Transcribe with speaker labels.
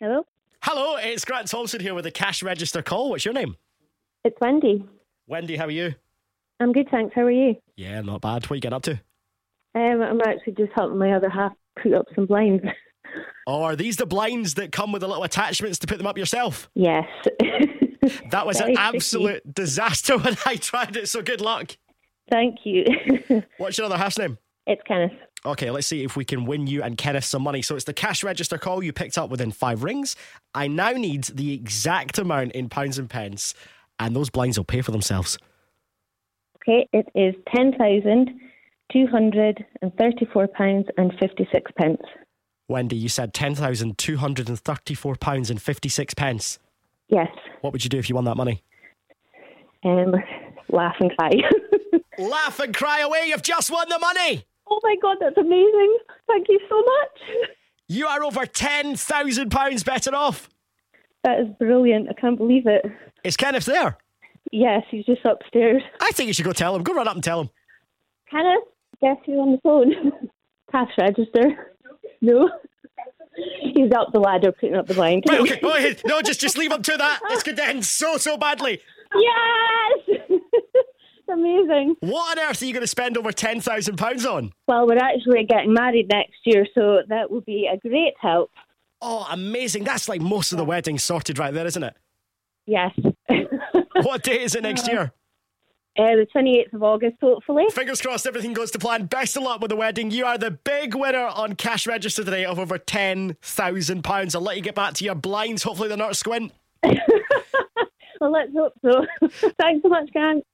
Speaker 1: Hello,
Speaker 2: Hello, it's Grant Thompson here with a cash register call. What's your name?
Speaker 1: it's Wendy.
Speaker 2: Wendy, how are you?
Speaker 1: I'm good, thanks. How are you?
Speaker 2: Yeah, not bad. What you getting up to?
Speaker 1: Um, I'm actually just helping my other half put up some blinds.
Speaker 2: Oh, are these the blinds that come with the little attachments to put them up yourself?
Speaker 1: yes.
Speaker 2: That was
Speaker 1: Very
Speaker 2: an
Speaker 1: tricky.
Speaker 2: absolute disaster when I tried it, so good luck.
Speaker 1: Thank you.
Speaker 2: What's your other half's name?
Speaker 1: it's Kenneth.
Speaker 2: Okay, let's see if we can win you and Kenneth some money. So it's the cash register call you picked up within five rings. I now need the exact amount in pounds and pence, and those blinds will pay for themselves.
Speaker 1: Okay, it is ten thousand two hundred and thirty-four pounds and fifty-six pence.
Speaker 2: Wendy, you said £10,234.56. and fifty-six pence.
Speaker 1: Yes.
Speaker 2: What would you do if you won that money?
Speaker 1: Um, laugh and cry.
Speaker 2: Laugh and cry away, you've just won the money!
Speaker 1: oh my God, that's amazing! Thank you so much.
Speaker 2: You are over £10,000 better off.
Speaker 1: That is brilliant. I can't believe it.
Speaker 2: Is Kenneth there?
Speaker 1: Yes, he's just upstairs.
Speaker 2: I think you should go tell him. Go run up and tell him.
Speaker 1: Hannah, guess who's on the phone? Cash register. No. He's up the ladder putting up the blind.
Speaker 2: Right, okay. Go ahead. No, just, just leave him to that. It's going to end so, so badly.
Speaker 1: Yes! it's amazing.
Speaker 2: What on earth are you going to spend over £10,000 on?
Speaker 1: Well, we're actually getting married next year, so that will be a great help.
Speaker 2: Oh, amazing. That's like most of the wedding sorted right there, isn't it?
Speaker 1: Yes. uh,
Speaker 2: What day is it next year?
Speaker 1: the 28th of August, hopefully.
Speaker 2: Fingers crossed everything goes to plan. Best of luck with the wedding. You are the big winner on cash register today of over £10,000. I'll let you get back to your blinds. Hopefully they're not a squint.
Speaker 1: Well, let's hope so. Thanks so much, Grant.